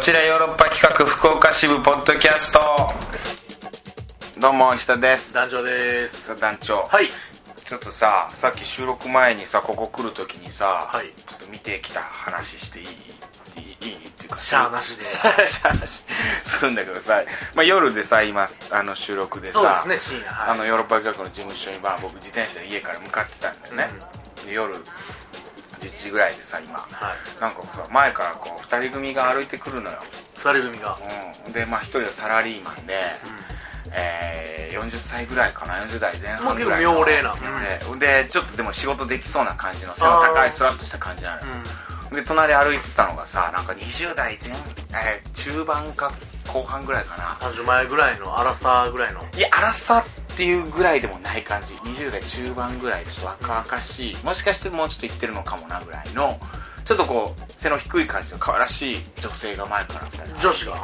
ちらヨーロッパ企画福岡支部ポッドキャストどうも下です団長ですさあ団長はいちょっとささっき収録前にさここ来る時にさ、はいちょっと見てきた話していいいいいいっていうかしゃあなしで しゃあなしするんだけどさ、まあ、夜でさ今あの収録でさそうですね深夜あはいのヨーロッパ企画の事務所に、まあ、僕自転車で家から向かってたんだよね、で夜11時ぐらいでさ今はいなんかさ前からこう2人組が歩いてくるのよ、二人組がうん、でまあ1人はサラリーマンで、えー40歳ぐらいかな40代前半ぐらいのもう結構妙齢で,、でちょっとでも仕事できそうな感じの背の高いスラッとした感じなのうよん、うんで隣歩いてたのがさなんか20代前、えー中盤か後半ぐらいかな30前ぐらいの荒さぐらいのいや荒さっていうぐらいでもない感じ20代中盤ぐらいでちょっと若々しいもしかしてもうちょっといってるのかもなぐらいのちょっとこう背の低い感じの可愛らしい女性が前からみたいな女子が、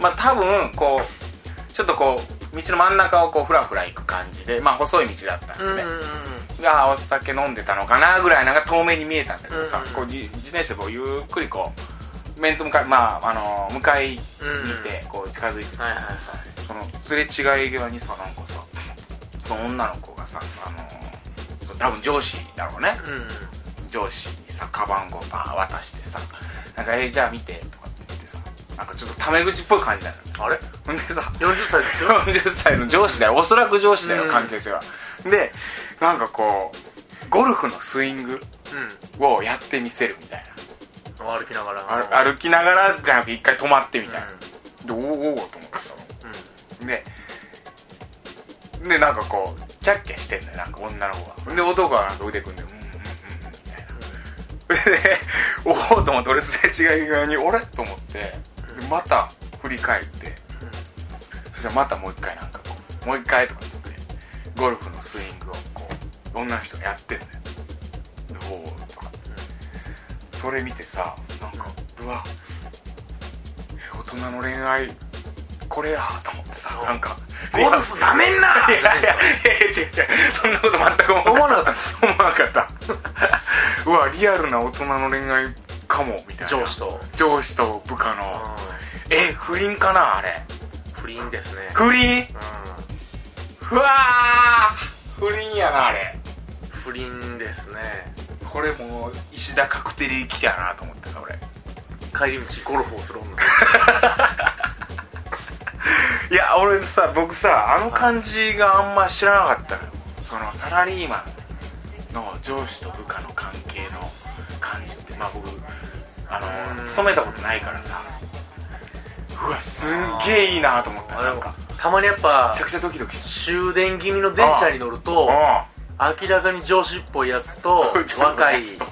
まあ多分こうちょっとこう道の真ん中をこうフラフラ行く感じでまあ細い道だったんうん、うでんね、うんうんがお酒飲んでたのかなぐらいなんか透明に見えたんだけどさ、うんうんこうじ自転車でこうゆっくりこう面と向かいまああの向かい見てこう近づいてたはいはいさ、そのすれ違い際にさなんかさその女の子がさあのそう多分上司だろうねうんうん上司にさカバンをバーン渡してさ「なんかえー、じゃあ見て」とかって言ってさなんかちょっとタメ口っぽい感じなのよあれほんでさ40歳ですよ40歳の上司だよおそらく上司だうよん関係性は、でなんかこうゴルフのスイングをやってみせるみたいうん歩きながらな、あ歩きながらじゃなくて一回止まってみうんたいな、でおおおおと思ってうさででなんかこうキャッキャしてんのよなんか女の子がで男がなんか腕組んでうんうんうんうんみたいなで おおと思って俺すれ違い側に俺と思ってでまた振り返ってんそしたらまたもう一回なんかこうもう一回とかっつってゴルフのスイングをこう女の人がやってんだよでおおとかそれ見てさなんかうわ大人の恋愛これやと思ってさなんかゴルフなめんないやいやいや違う違うそんなこと全く思わ思わなかっ思わなかったうわリアルな大人の恋愛かもみたいな上司と、上司と部下うのん、え不倫かなあれ不倫ですね不倫ううわー不倫やなあれん不倫ですねこれもう石田カクテリー機やなと思ってさ俺 帰り道ゴルフをする女 いや俺さ僕さあの感じがあんま知らなかったのよそのサラリーマンの上司と部下の関係の感じってまあ僕あうのん勤めたことないからさうわすんげえいいなと思ったあなでんもかたまにやっぱめちゃくちゃドキドキし終電気味の電車に乗るとた明らかに上司っぽいやつ と 若いちょっ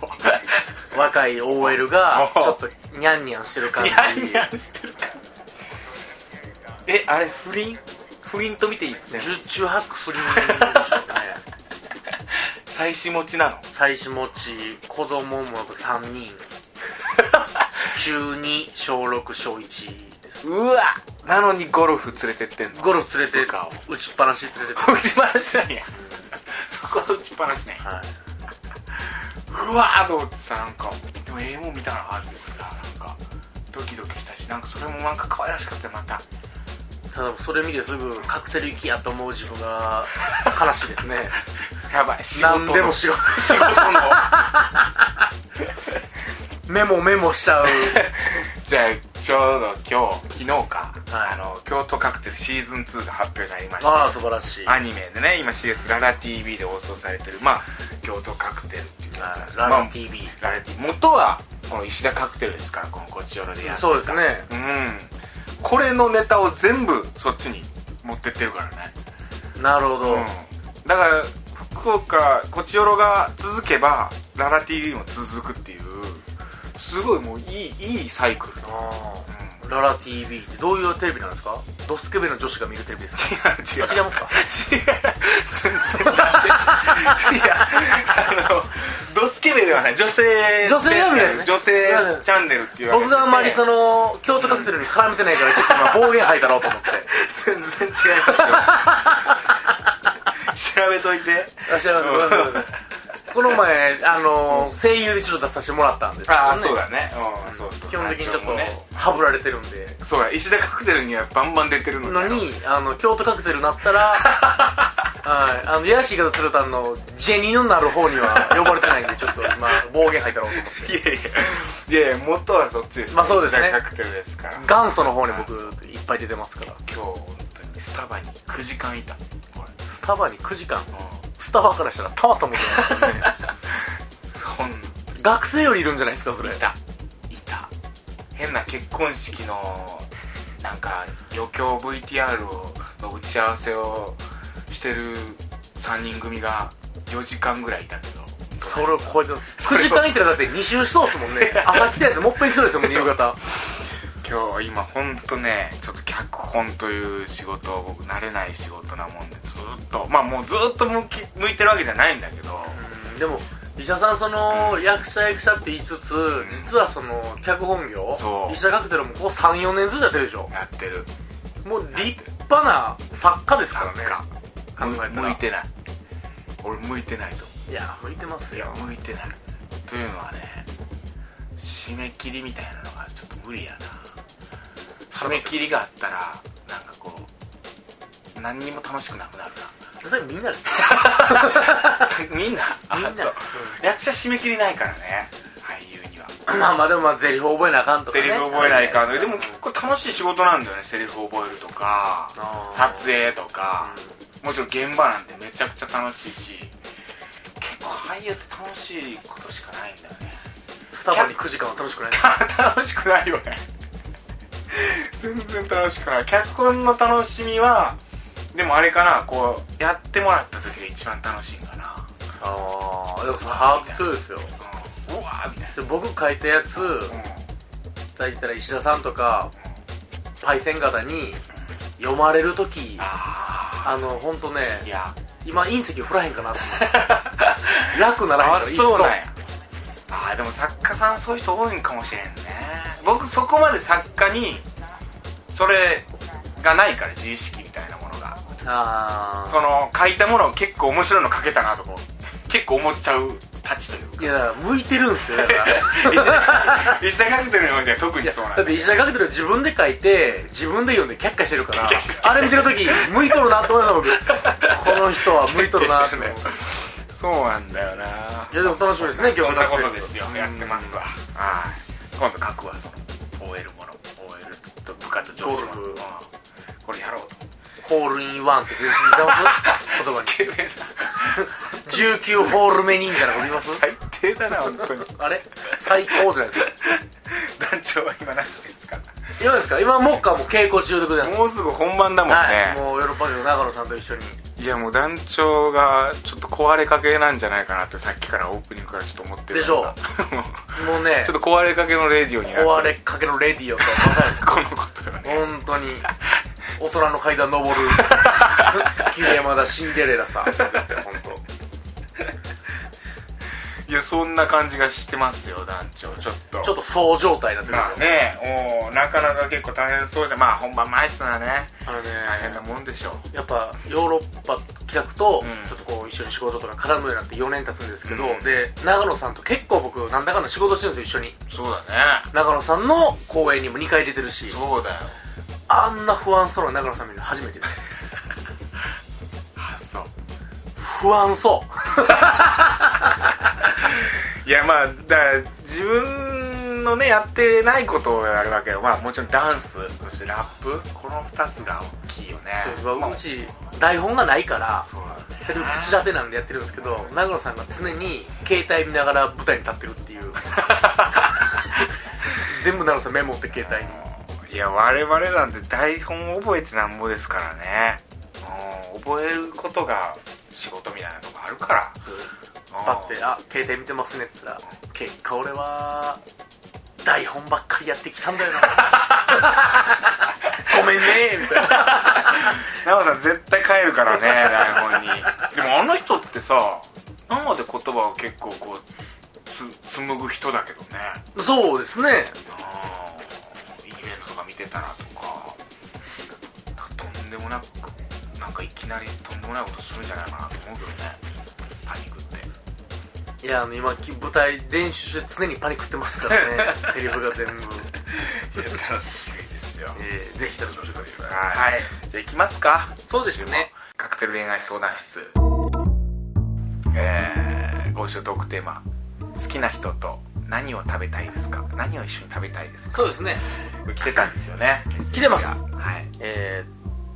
と若い OL がうんちょっとニャンニャンしてる感ニじャンニャンしてるから えあれ不倫不倫と見ていいですね十中八九不倫でしょうね 妻子持ちなの妻子持ち子供も3人中2小6小1ですうわなのにゴルフ連れてってんのゴルフ連れて部下を打ちっぱなし連れてって打ちっぱなしなんや そこは打ちっぱなしねはいうわーと思ってさなんかでもええもん見たなっていうかさなんかドキドキしたしなんかそれもなんか可愛らしかったよまたただそれ見てすぐカクテル行きやと思う自分が悲しいです ねやばい仕事何のでも仕事 仕事のメモメモしち ゃうじゃあちょうど今日昨日か、はいあの京都カクテルシーズン2が発表になりましたああ素晴らしいアニメでね今 CS ララ TV で放送されてるまあ京都カクテルっていうやつなんですラまラあ TV、ララ TV 元はこの石田カクテルですからこのこちよろでやってたそうですねうんこれのネタを全部そっちに持ってってるからねなるほど、うんだから福岡こちよろが続けばララ TV も続くっていうすごいもういいいいサイクルの、あうんーララ TV ってどういうテレビなんですかドスケベの女子が見るテレビですか違う違うあ違いますか違う全然なんでいやあのドスケベではない女性女性なんですね女性チャンネルっていうわけ 僕があんまりそのの京都カクテルに絡めてないからちょっと今暴言吐いたろうと 思って全然違いますよ調べといてあ違いますこの前あの声優でちょっと出させてもらったんですけど、ね、ああそうだねうんそうそう基本的にちょっ団長もとねハブられてるんでそうや石田カクテルにはバンバン出てるののにあの京都カクテルなった らはいあのやらしい言い方するとあのジェニーのなる方には呼ばれてないんでちょっと今暴言吐いたろうと思っていやいやいやいや元はそっちですまあそうですね石田カクテルですから今元祖の方に僕いっぱい出てますから日本当にスタバに9時間いたこれスタバに9時間うスタバからしたらたまったもんじゃないですよねんほんと学生よりいるんじゃないですかそれいたいた変な結婚式のなんか余興 VTR をの打ち合わせをしてる3人組が4時間ぐらいいたけどそれを超えて9時間いったらだって2周しそうですも んね朝来たやつもっぺん来そうですよもん夕方今日今ほんとねちょっと脚本という仕事僕慣れない仕事なもんでずっとまあもうずっと向き向いてるわけじゃないんだけどでも医者さんその役者役者って言いつつ実はその脚本業そう医者カクテルもここ34年ずつやってるでしょやってるもう立派な作家ですからね考えたら向いてない俺向いてないと思ういや向いてますいやよ向いてないというのはね締め切りみたいなのがちょっと無理やな締め切りがあったらなんかこう何にも楽しくなくなるそれみんな ですよ なみんなあみんなそう役者締め切りないからね俳優にはまあまあでもまあセリフ覚えなあかんとかセねリフ覚えないかんででもも結構楽しい仕事なんだよねセリフ覚えるとかあー撮影とか、もちろん現場なんてめちゃくちゃ楽しいし結構俳優って楽しいことしかないんだよねスタバに9時間は楽しくないです楽しくないよね全然楽しくない脚本の楽しみはでもあれかなこうやってもらった時が一番楽しいんかな、ああでもそのハート2ですようん、うわーみたいで僕書いたやつな、だいたら石田さんとかパイセン方に読まれる時ああの本当ねあいや今隕石降らへんかなと思 って楽ならへんあからいっそそうなんやああでも作家さんそういう人多いんかもしれんね僕そこまで作家にそれがないから自意識みたいなものがあその書いたものを結構面白いの書けたなとか結構思っちゃうたちというかあいやだから向いてるんすよだから石田カクテルの方では特 いにやそうなんだだって石田かけてる自分で書いて自分で読んで 却下してるから却下してるあれ見てる時向いとるなって思いました僕この人は向いとるなって 思うそうなんだよないやでも楽しみですね今そ日んのな学こ生とですよやってますわはい今度書くわその OL もの OL と部下と上司ものゴルフうんこれやろうとホールインワンって別に言い ます言葉にスケベだ19ホール目にみたいなこと言います最低だな本当に団あれ最高じゃないですか長は今何してんですか今ですか今モッカーも稽古中でございますもうすぐ本番だもんはいねもうヨーロッパ人の長野さんと一緒にいやもう団長がちょっと壊れかけなんじゃないかなってさっきからオープニングからちょっと思ってるでしょうももうねちょっと壊れかけのレディオになって壊れかけのレディオとまさにこのことがね本当に大人の階段 登る桐山田シンデレラさんですよ本 いやそんな感じがしてますよ団長ちょっと当ちょっとそう状態になってるまあんですよねおーなかなか結構大変そうじゃんまあ本番前っつうのはねあのね大変なもんでしょうやっぱヨーロッパ企画とうんちょっとこう一緒に仕事とか絡むようになって4年経つんですけど、うんで長野さんと結構僕なんだかんだ仕事してるんですよ一緒にそうだね長野さんの公演にも2回出てるしそうだよあんな不安そうな長野さん見るの初めてですあそう不安そういやまあだから自分のねやってないことをやるわけよまあもちろんダンスそしてラップこの2つが大きいよねそうまあうち台本がないからそうだねそれを口立てなんでやってるんですけど長野さんが常に携帯見ながら舞台に立ってるっ ていう全部長野さんメモって携帯にいや我々なんて台本覚えてなんぼですからねうん覚えることが仕事みたいなとこあるからパッて「あ携帯見てますね」っつったら結果俺は台本ばっかりやってきたんだよ なごめんねみたいな奈緒さん絶対帰る からね台本にでもあの人ってさ生で言葉を結構こうつ紡ぐ人だけどねそうですねうんイベントとか見てたらとかとんでもな くなんかいきなりとんでもないことするんじゃないかなと思うけどねパニックっていやあの今き舞台練習中常にパニックってますから ねセリフが全部、いや楽しみですよえー、ぜひ楽しみしてくださいはい、はいじゃあ行きますかそうですよねカクテル恋愛相談室えー、今週トークテーマ好きな人と何を食べたいですか何を一緒に食べたいですかそうですねこれ来てたんですよ ね来てますメッセージがはいえ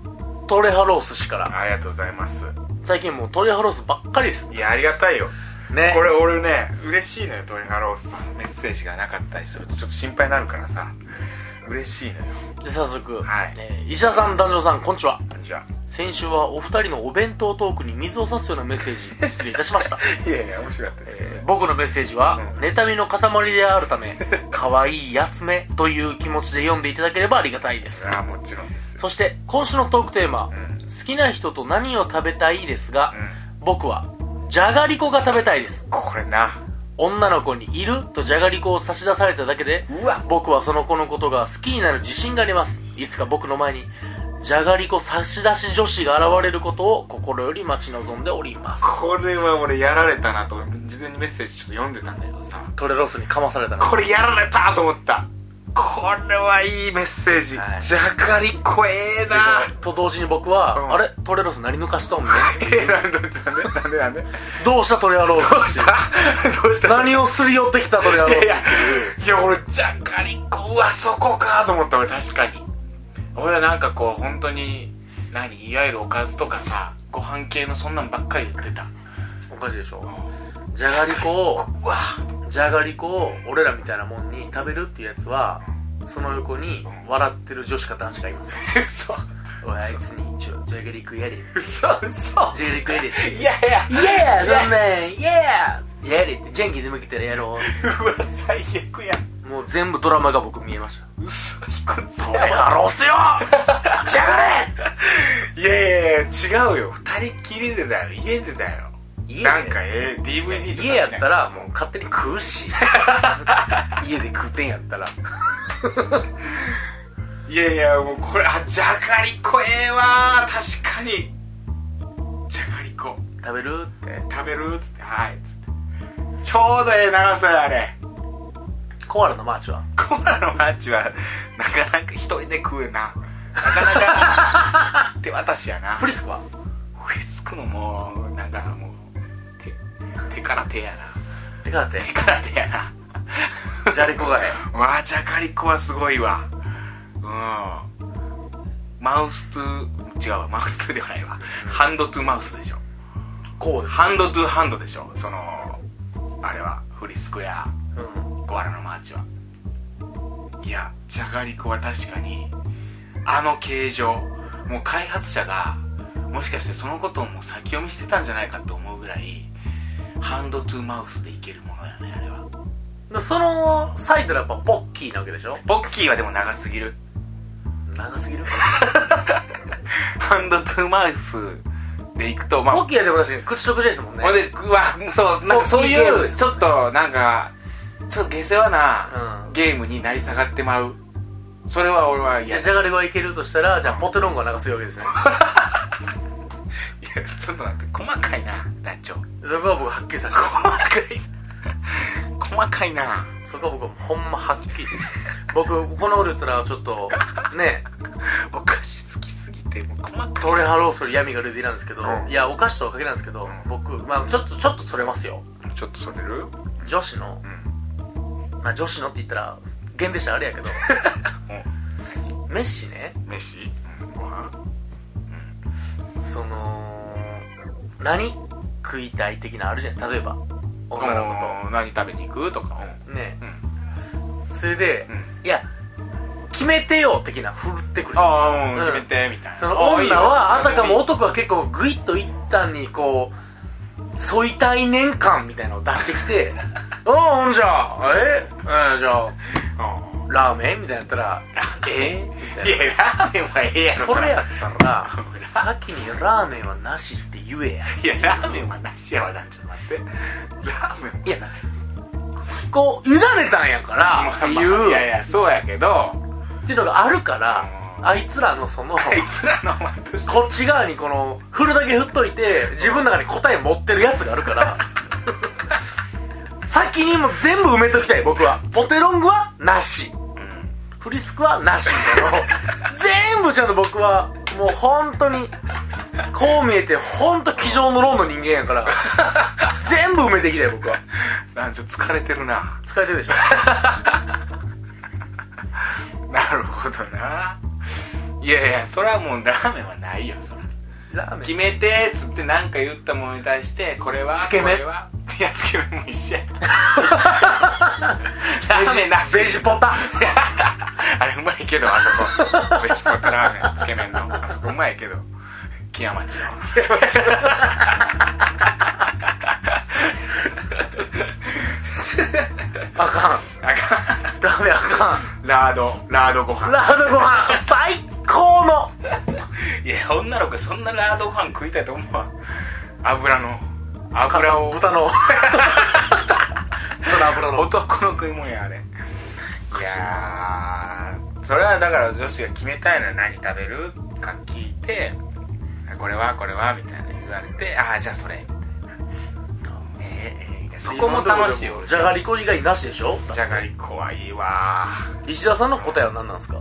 ー、トレハロース氏からありがとうございます最近もうトレハロースばっかりですいやありがたいよねこれ俺ね嬉しいのよトレハロースさんのメッセージがなかったりするとちょっと心配になるからさ嬉しいのよで早速、はいえー、石田さん男女さんこんにちはじゃ先週はお二人のお弁当トークに水を差すようなメッセージ失礼いたし まし た、あいやいや面白かったですけどえーね僕のメッセージはうん妬みの塊であるため可愛いやつめという気持ちで読んでいただければありがたいですああもちろんですよそして今週のトークテーマ、ん好きな人と何を食べたいですが、う僕はじゃがりこが食べたいですこれな女の子にいるとじゃがりこを差し出されただけでうわ僕はその子のことが好きになる自信がありますいつか僕の前にじゃがりこ差し出し女子が現れることを心より待ち望んでおりますこれは俺やられたなと事前にメッセージちょっと読んでたんだけどさトレロスにかまされたなこれやられたと思ったこれはいいメッセージ、はいじゃがりこええなと同時に僕は、うんあれトレロス何抜かしとんね ええなんでなんでなんでなんで どうしたトレア ローどうスしたどうした何をすり寄ってきたトレアロいーやスいやいや俺じゃがりこうわそこかと思った俺確かに俺はなんかこう本当に何いわゆるおかずとかさご飯系のそんなんばっかり言ってたおかしいでしょうじゃがりこをわじゃがりこを俺らみたいなもんに食べるっていうやつはその横に笑ってる女子か男子がいます嘘おいあいつにちょじゃがりこやれ嘘嘘じゃがりこやれいやいやイエーそんなんイエーやれってジャンキーで向けたらやろうわ最悪やうもう全部ドラマが僕見えま した嘘ひこつトレハロースよじゃがいやいやいや違うよ二人きりでだよ家でだよれ家でなんかええ DVD とかね家やったらもう勝手に食う し家で食うてんやったらいやいやもうこれあじゃがりこええわ確かにじゃがりこ食べるって食べるっつってはいっつってちょうどええ長さやあれコアラのマーチはコーラのマッチはなかなか一人で食うななかなか 手渡しやなフリスクはフリスクのもうなんかもう手手から手やな手から手手から手やなじゃがりこがねわあじゃがりこはすごいわうんマウストゥ違うわマウストゥではないわハンドトゥマウスでしょこうですハンドトゥハンドでしょそのあれはフリスクやうんコアラのマーチはいやじゃがりこは確かにあの形状もう開発者がもしかしてそのことをもう先読みしてたんじゃないかと思うぐらいハンドトゥマウスでいけるものやねあれはでそのサイドはやっぱポッキーなわけでしょポッキーはでも長すぎる長すぎるハンドトゥーマウスでいくと、まポあ、ッキーはでも確かに口食事ですもんねほんで、うわ、そう、なんかそう大きいゲームいでう、すちょっと、なんか、ちょっと下世話な、うんゲームになり下がってまう。それは俺はい嫌やだ。じゃがりこがいけるとしたらじゃあポテロンゴは流すわけですねいや、ちょっと待って、細かいな、団長。そこは僕はっきりさせて細かい。細かいな。そこは僕はほんまはっきり僕このこと言ったらちょっとねお菓子好きすぎて、もう細かい。トレハロースより闇が出てなんですけど、うんいやお菓子とおかげなんですけど、うん僕まあちょっとちょっとそれますよちょっとそれる女子のうん。まあ女子のって言ったら限定したらあれやけど飯ね飯うん、ご飯その何食いたい的なあるじゃないですか例えば女の子うん何食べに行くとか。とねうん。それで、うん。いや決めてよ的な振るってくるああ、うん、うん決めて、みたいな。そのあいい女よはあたかも男は結構グイッと一旦にこう添いたい年間みたいなのを出して きて「おおほんじゃええじゃあうんラーメン?」みたいなやったら「えみたいいや、ラーメンはええやなろ。それれやったら先に「ラーメンはなし」って言えやいや、ラーメンはなしやわ、なんちょっと待って。ラーメンいやこう委ねたんやからっていう、いやいや、そうやけど、っていうのがあるからうんあいつらのそのあいつらのお前として。こっち側に この振るだけ振っといて自分の中に答え持ってるやつがあるから先にもう全部埋めときたい僕はポテロングはなしフリスクはなしみたいなのを全部ちゃんと僕はもう本当にこう見えて本当机上のローの人間やから 全部埋めていきたい僕はなんちょっと疲れてるな疲れてるでしょ なるほどないやいやそれはもうラーメンはないよそらラーメン決めてっつって何か言ったものに対してこれはつけ麺これはいやつけ麺も一 緒やラーメンなしベジポタ あれうまいけどあそこベジポタラーメンつけ麺のあそこうまいけど木屋町のあかあかんラーメンあかんラードラードごん飯ラードご飯最高のいや女の子そんなラードご飯食いたいと思うわ油の油を豚の豚の油の男の食い物やあれいやーそれはだから女子が決めたいのは何食べるか聞いてあこれはこれはみたいな言われてああじゃあそれみたいなえーえーみたいなそこも楽しい俺じゃがりこ以外なしでしょじゃがり怖いわ石田さんの答えは何なんですか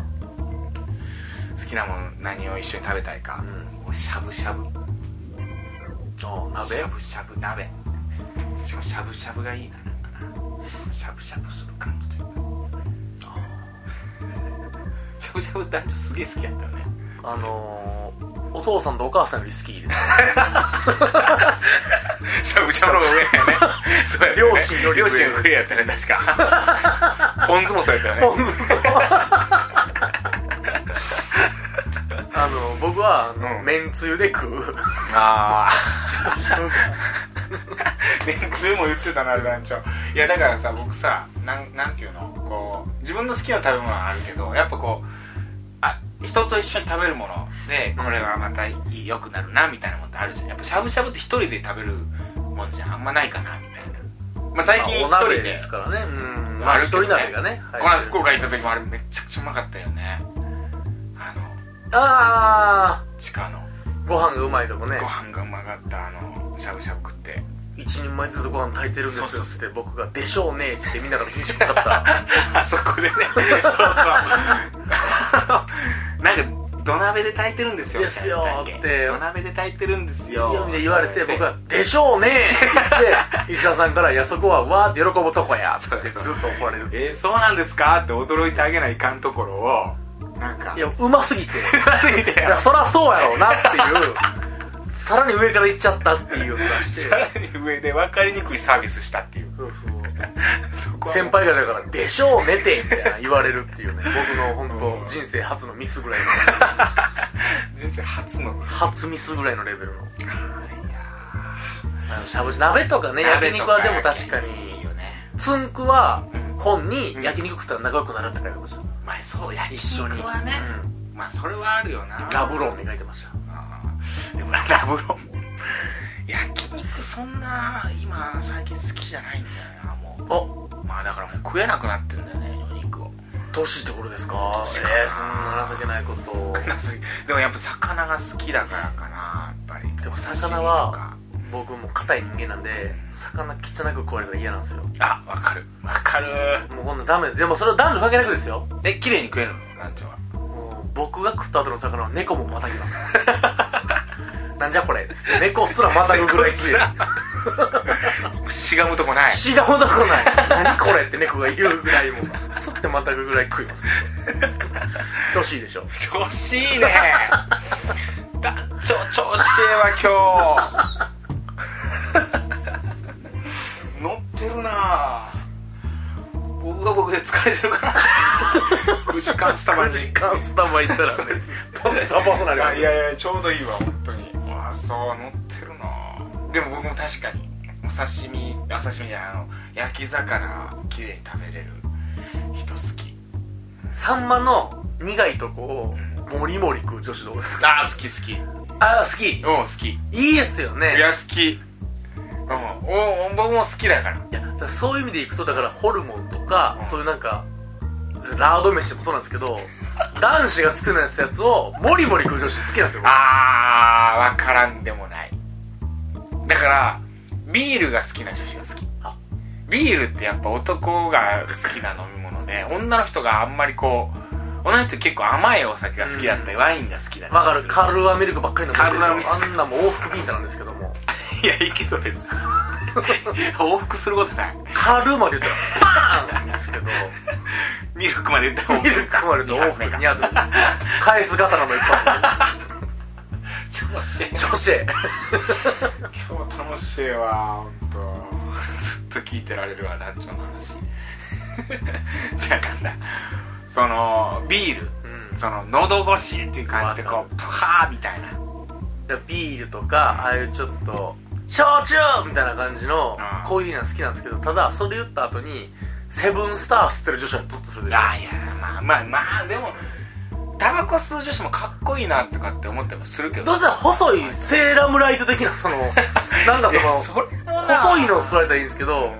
好きなもの何を一緒に食べたいか、もうしゃぶしゃぶあ鍋しゃぶしゃぶ鍋しかもしゃぶしゃぶがいいななんかなしゃぶしゃぶする感じというかしゃぶしゃぶ団長すげえ好きやったよねあのー、お父さんとお母さんより好きですしゃぶしゃぶの方が上やね そうやね両親より上両親が上やったね確か ポン酢もそうやったよポねン酢と あの僕はあの、うんめんつゆで食 うああめんつゆも言ってたな団長いやだからさ僕さなんなんていうのこう自分の好きな食べ物はあるけどやっぱこうあ人と一緒に食べるものでこれはまた良くなるなみたいなものってあるじゃんやっぱしゃぶしゃぶって一人で食べるもんじゃんあんまないかなみたいなまあ最近一まあお人鍋でですからねうんまあ一人鍋がねこの間福岡行った時もあれめちゃくちゃうまかったよねあのああ地下のご飯がうまいとこねご飯がうまかったあのしゃぶしゃぶ食って一人前ずつご飯炊いてるんですよそうそうつって僕が「でしょうね」っつってみんなから厳しくかったあそこでねそうそうなんか土鍋で炊いてるんですよですよみたいなって土鍋で炊いてるんです いいよよみたいな言われて僕は「でしょうね」って言って石田さんから「いやそこはわーって喜ぶとこや」つってずっと怒られるえーそうなんですかって驚いてあげないかんところをなんかいやうますぎてついていやそらそうやろうなって いうさらに上から行っちゃったっていうのがしてさ らに上で分かりにくいサービスしたっていうそうそうそこは先輩がだから「でしょうねて」みたいな言われるっていう ね僕のう本ん当人生初のミスぐらい人生初のの初ミスぐらいのレベルのいやあのしゃぶし鍋とかね焼肉はでも確かいにいよねつんくはうん本に焼肉食ったら仲良くなるって書いてましたまあそうや一緒に、はね、まあそれはあるよなうんラブロンに書いてましたあーでもラブロン焼肉そんな今最近好きじゃないんだよなもあうまあだからもう食えなくなってるんだよねお肉を年ってことですか年かなえー、そんな情けないことをでもやっぱ魚が好きだからかなやっぱりでも魚は僕もう硬い人間なんで魚きっちゃなく食われたら嫌なんですよあわかるわかるもうこんなんダメですでもそれは男女関係なくですよえ綺麗に食えるの団長はもう僕が食った後の魚は猫もまたぎます なんじゃこれっつって猫すらまたぐぐらい強いしがむとこない血が 戻らない何これって猫が言うぐらいもうすってまたぐぐらい食います調子いいでしょ調子いいね団長調子ええわ今日乗ってるな僕が僕で疲れてるから9時間スタバに時間スタバ行ったらね とスタバとなりまあすいやいやちょうどいいわ本当にあそう乗ってるなでも僕も確かにお刺身あお刺身じゃないあの焼き魚綺麗に食べれる人好きサンマの苦いとこをもりもり食う女子どうですかあ好き好きあ好きうん好きいいっすよねいや好きうんおお僕も好きだからいやだからそういう意味でいくとだからホルモンとか、そういうなんかラード飯でもそうなんですけど 男子が作るやつやつをモリモリ食う女子好きなんですよあーわからんでもないだからビールが好きな女子が好きあビールってやっぱ男が好きな飲み物で女の人があんまりこう女の人結構甘いお酒が好きだったり、ワインが好きだったりわかるすカルアミルクばっかり飲んでるでしょカルアミルクあんなもう往復ビンタなんですけどもいやいいけど別 に往復することないカルまで言ったらパーンですけど ミルクまで言ったらミルクまで言ったら往復2発です返す刀の一発調子いい女子今日楽しいわ本当。ずっと聞いてられるわ団長の話 じゃあかんだそのビールうんその喉越しっていう感じでこうプハーみたいなだからビールとかああいうちょっと焼酎みたいな感じのうんこういうの好きなんですけどただそれ言った後にセブンスター吸ってる女子はゾッとするでしょあいやまあまあまあでもタバコ吸う女子もかっこいいなとかって思ったりもするけどどうせ細いセーラムライト的なその なんかいやそそのれもな細いのを吸られたらいいんですけどう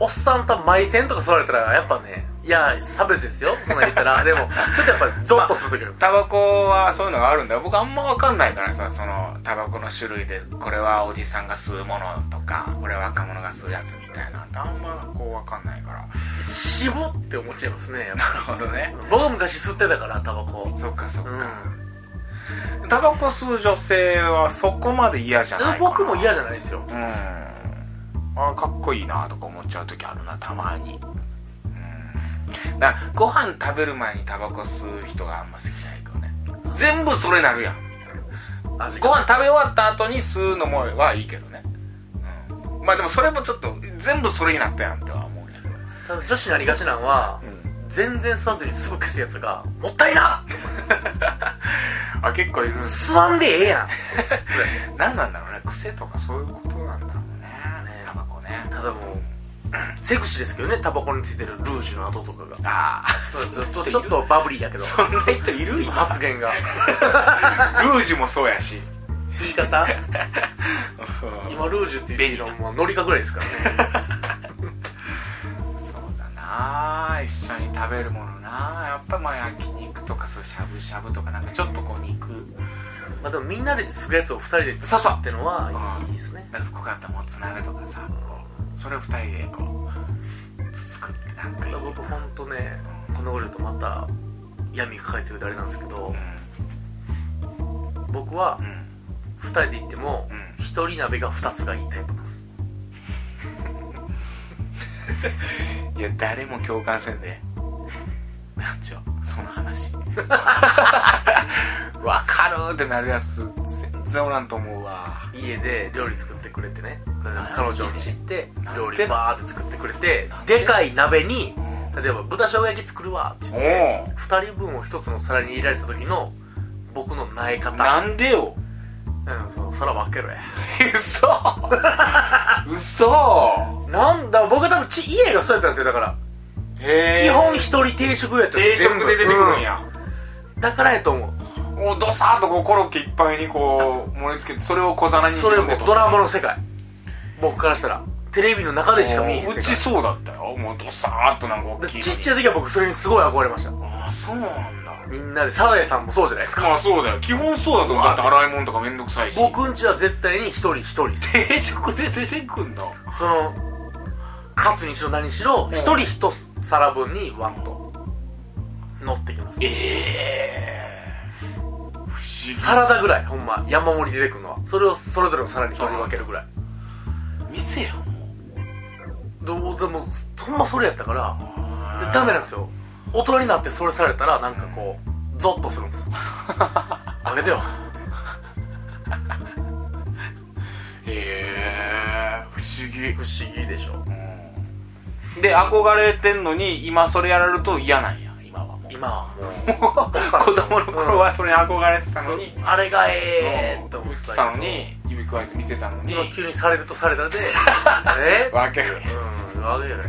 おっさんと埋線とか吸られたらやっぱねいや差別ですよそんなん言っ たらでもちょっとやっぱりゾッとする時あるんタバコはそういうのがあるんだよ僕あんま分かんないからさそのタバコの種類でこれはおじさんが吸うものとかこれは若者が吸うやつみたいなのってあんまこう分かんないから渋って思っちゃいますねやっぱなるほどね僕昔吸ってたからタバコそっかそっうか、んタバコ吸う女性はそこまで嫌じゃでないかもな僕も嫌じゃないですようんあかっこいいなとか思っちゃう時あるなたまにうんだからご飯食べる前にタバコ吸う人があんま好きじゃないけどね全部それなるやん味ごが飯食べ終わった後に吸うのもはいいけどね、うん、まあでもそれもちょっと全部それになったやんっては思うんやけど、ただ女子になりがちなのはうん、全然吸わずにすぐ消すやつがもったいなあ結構いる吸わんでええやん何なんだろうね癖とかそういうことなんだろうねねタバコ ねただもうセクシーですけどねタバコについてるルージュの跡とかがああちょっとちょっとバブリーだけどそんな人いる今 発言がルージュもそうやし言い方今ルージュって言ってるのもノリカぐらいですからそうねだなあ一緒に食べるものなあやっぱまあ焼肉とかそういうしゃぶしゃぶとかなんかちょっとこう肉まあでもみんなでつくやつを二人でそうそうってのはうんいいですねなんか深かったらもつ鍋とかさこうそれを二人でこうつつくってなんかいいうん僕ほんとねこんなこと言うとまた闇抱えてるとあれなんですけど僕はうん二人で行ってもうん一人鍋が二つがいいタイプなんですいや誰も共感せんでなんちゅうその 話わかるーってなるやつ全然おらんと思うわ家で料理作ってくれてねあ彼女んち行ってなんて料理バーって作ってくれてなんてでかい鍋にうん例えば豚生姜焼き作るわって言おってお二人分を一つの皿に入れられた時の僕の苗方なんでようんその皿分けろや嘘 嘘なんだ僕は多分ち家がそうやったんですよだからへ基え本一人定食やったん定すよ食で出てくるん、や、全部うんだからやと思うもうドサーッとこうコロッケいっぱいにこう盛り付けてそれを小皿にそれもうドラマのの世界僕からしたらテレビの中でしか見えへん世う界ちそうだったよもうドサーッとなんか大だきかいらちっちゃいい時は僕それにすごい憧れましたああそうなんだみんなでサザエさんもそうじゃないですかまあそうだよ基本そうだと思うだって洗い物とかめんどくさいし僕んちは絶対に一人一人です定食で出てくんだそのカツにしろ何にしろん一人一皿分にワンと乗ってきますええ不思議サラダぐらいほんま山盛り出てくるのはそれをそれぞれの皿に取り分けるぐらい店やもどうでもほんまそれやったからでんダメなんですよ大人になってそれされたらなんかこうゾッとするんです あげてよへえ不思議不思議でしょで憧れてんのに今それやられると嫌なんや今はもう今はも う子供の頃はそれに憧れてたそのうにあれがええってうん思見っててたたのに指くわえて見てたのに今急にされるとされ たでえ分けるうんあげる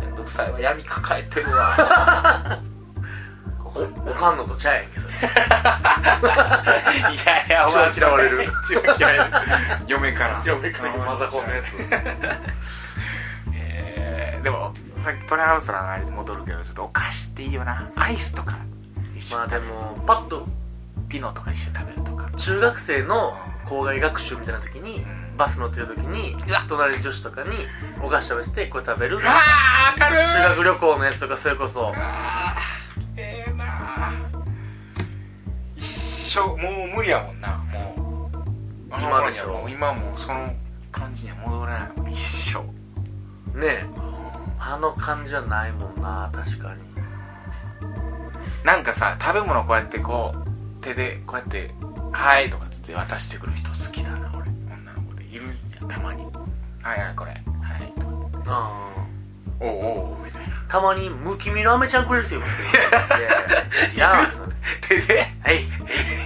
めんどくさいわ闇抱えてる わおおかんのとちゃうやんけどねいやいや一番嫌われる一番嫌われる嫁からマザコンのやつえーでもさっきトレハウスの話に戻るけどちょっとお菓子っていいよなアイスとか一緒まあにでもパッとピノとか一緒に食べるとか中学生の校外学習みたいな時にんバス乗ってる時にうわ隣の女子とかにお菓子食べててこれ食べるあー明るい修学旅行のやつとかそれこそあーええな一生もう無理やもんなもうあの今でしょ頃にはもう今はもうその感じには戻れないもん一生ねえあの感じはないもんな確かになんかさ食べ物こうやってこう手でこうやって「はい」とかつって渡してくる人好きだな俺女の子でいるじゃんたまに「はいはいこれはい」とかあ「おうおう」みたいなたまにむきみのアメちゃんくれる人いますけどいやいやそれ手ではいい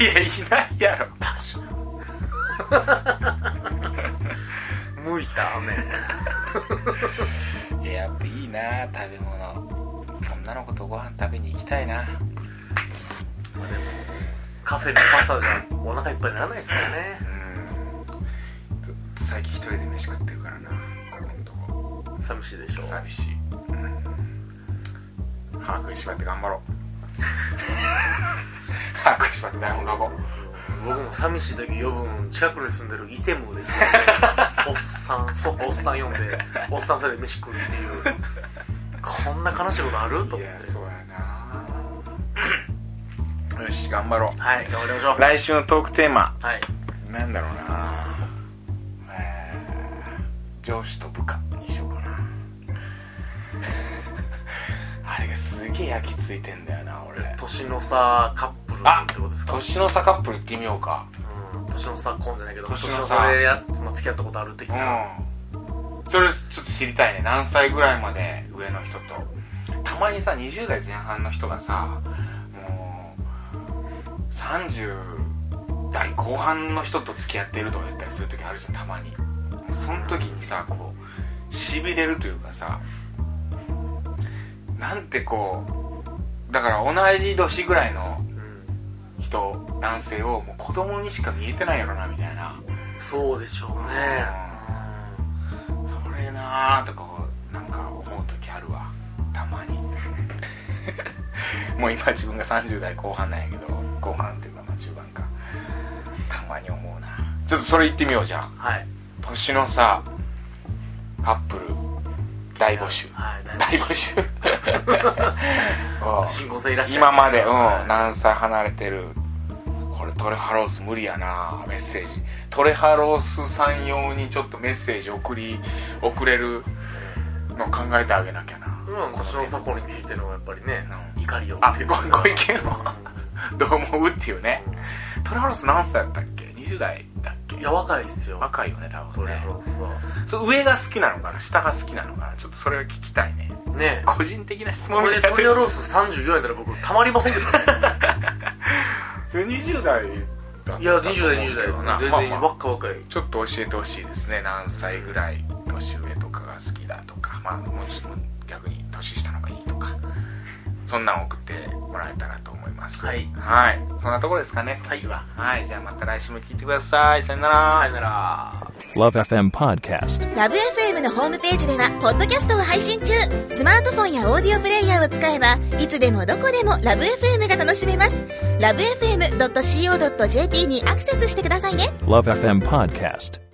やいないやろパシャむいたアメ いややっぱいいな食べ物女の子とご飯食べに行きたいなカフェのパスタじゃお腹いっぱいにならないですからねうんずっと最近一人で飯食ってるからなここのとこ寂しいでしょ寂しい、うん、歯食いしばって頑張ろう 歯食いしばって台本書こ僕も寂しい時呼ぶん近くに住んでるイテム ですねおっさんそうおっさん呼んでおっさんそれで飯食うっていうこんな悲しいことあるとうい思っやてそうやな よし頑張ろはい頑張りましょうう来週のトークテーマはいなんだろうなえー上司と部下にしようかな あれがすげえ焼き付いてんだよな俺年の差カップルってことですか年の差カップル行ってみようかうん年の差婚じゃないけど年年の差の差でや、まあ、付き合ったことある的な、うんそれちょっと知りたいね何歳ぐらいまで上の人とたまにさ20代前半の人がさもう30代後半の人と付き合ってるとか言ったりする時あるじゃんたまにその時にさこうしびれるというかさなんてこうだから同じ年ぐらいのうん人男性をもう子供にしか見えてないやろなみたいなそうでしょうねそれなーとかなんか思う時あるわたまに もう今自分が30代後半なんやけど後半っていうかまあ中盤かたまに思うなちょっとそれ言ってみようじゃあうんはい年のさカップル大募集はい大募大集募集おう新婚さんいらっしゃる今までうんはい何歳離れてるこれトレハロース無理やなメッセージトレハロースさん用にちょっとメッセージ送り送れるの考えてあげなきゃな今の年の差婚についてのやっぱりねうん怒りをあごご意見を をどう思うっていうねトレハロース何歳やったっけ20代だっけいや若いっすよ若いよね多ト分レねハロースはそう上が好きなのかな下が好きなのかなちょっとそれを聞きたいねねえ個人的な質こ問みれたいでになトレハロース34やったら僕たまりませ んけどね20代だったいや20代と思うけど20な代全まあ然まあ若々いちょっと教えてほしいですね何歳ぐらい年上とかが好きだとかまあもしも逆に年下の方がいいとかそんなん送ってもらえたらと思いますはいはいそんなところですかね今年ははい、じゃあまた来週も聞いてくださいさよならさよなら Love FM Podcast. ラブ f m のホームページではポッドキャストを配信中スマートフォンやオーディオプレイヤーを使えばいつでもどこでもラブ f m が楽しめますラブ FM.co.jp にアクセスしてくださいね Love FM Podcast.